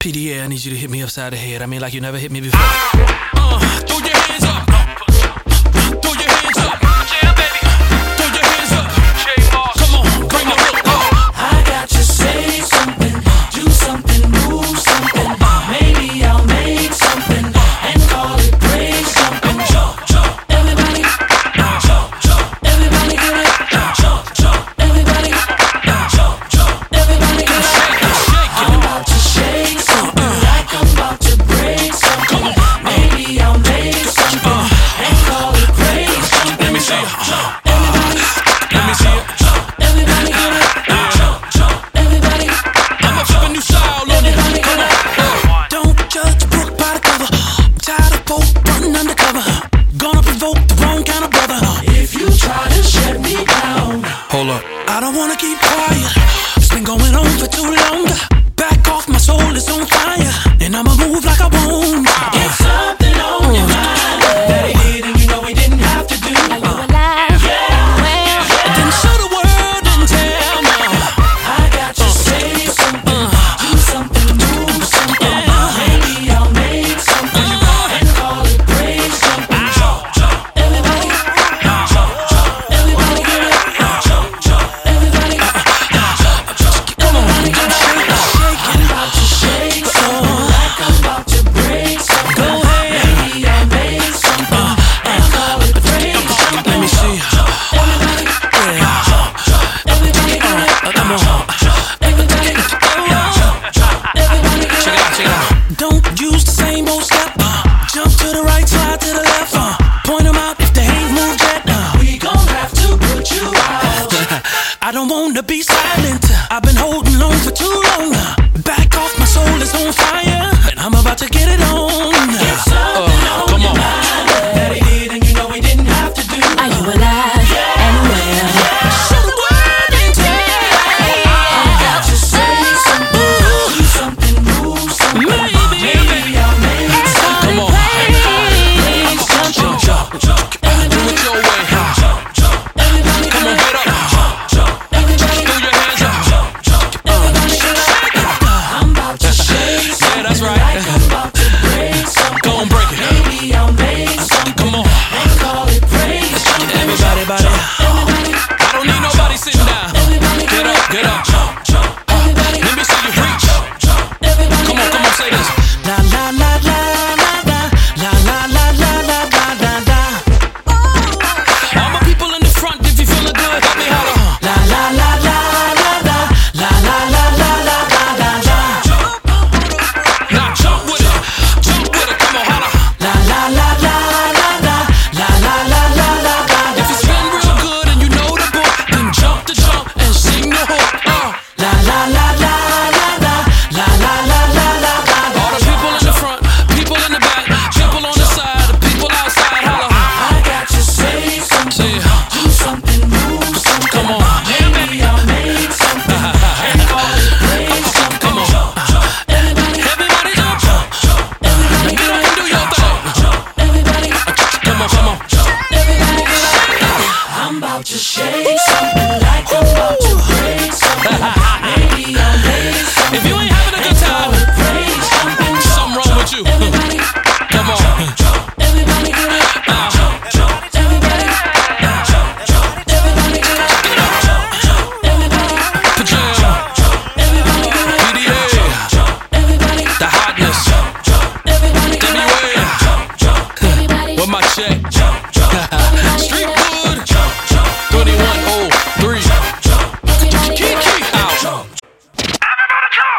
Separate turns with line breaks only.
PDA, I need you to hit me upside the head. I mean, like you never hit me before. Uh, throw your hands up. Throw your hands up. Throw your hands up. Come on, bring the hook. Uh,
I got to say something, do something, move something. Maybe I'll make something and call it break something. Jump, jump, everybody, jump, jump, everybody get it. Jump, jump, everybody, jump, jump, everybody get it. I'm about to shake something, like I'm about to break something. Maybe I'll make something and call it break something.
let me see it.
Jump, everybody,
Let me see it.
jump, everybody get it. Jump, jump, everybody.
I'm up to a new style on it. Come on. Uh, don't judge a book by the cover. I'm tired of folk running undercover. Gonna provoke the wrong kind of brother.
If you try to shut me down,
Hold up. I don't wanna keep quiet. It's been going on for too long. Back off, my soul is on fire. And I'ma move like I won't.
get something on your mind that he did and you know he didn't have to do.
Then show the world and tell now.
I got to say something, do something, move something. Maybe I'll make something and call it break something. Jump, jump, everybody, jump, jump, everybody get it. Jump, jump, everybody, jump, jump, everybody get it. I'm about to shake something, like I'm about to break something.
Go ahead.
Maybe I'll make something and call it break something.
Let me see.
Everybody,
Yeah.
jump, jump, everybody get it.
Uh, come on.
Everybody, everybody,
Check it out, check it out. Don't use the same old step. Uh, jump to the right, slide to the left. Uh, point 'em out if they ain't moved yet. Uh,
we gon' have to put you out.
I don't wanna be silent. I've been holding on for too long. uh.
uh.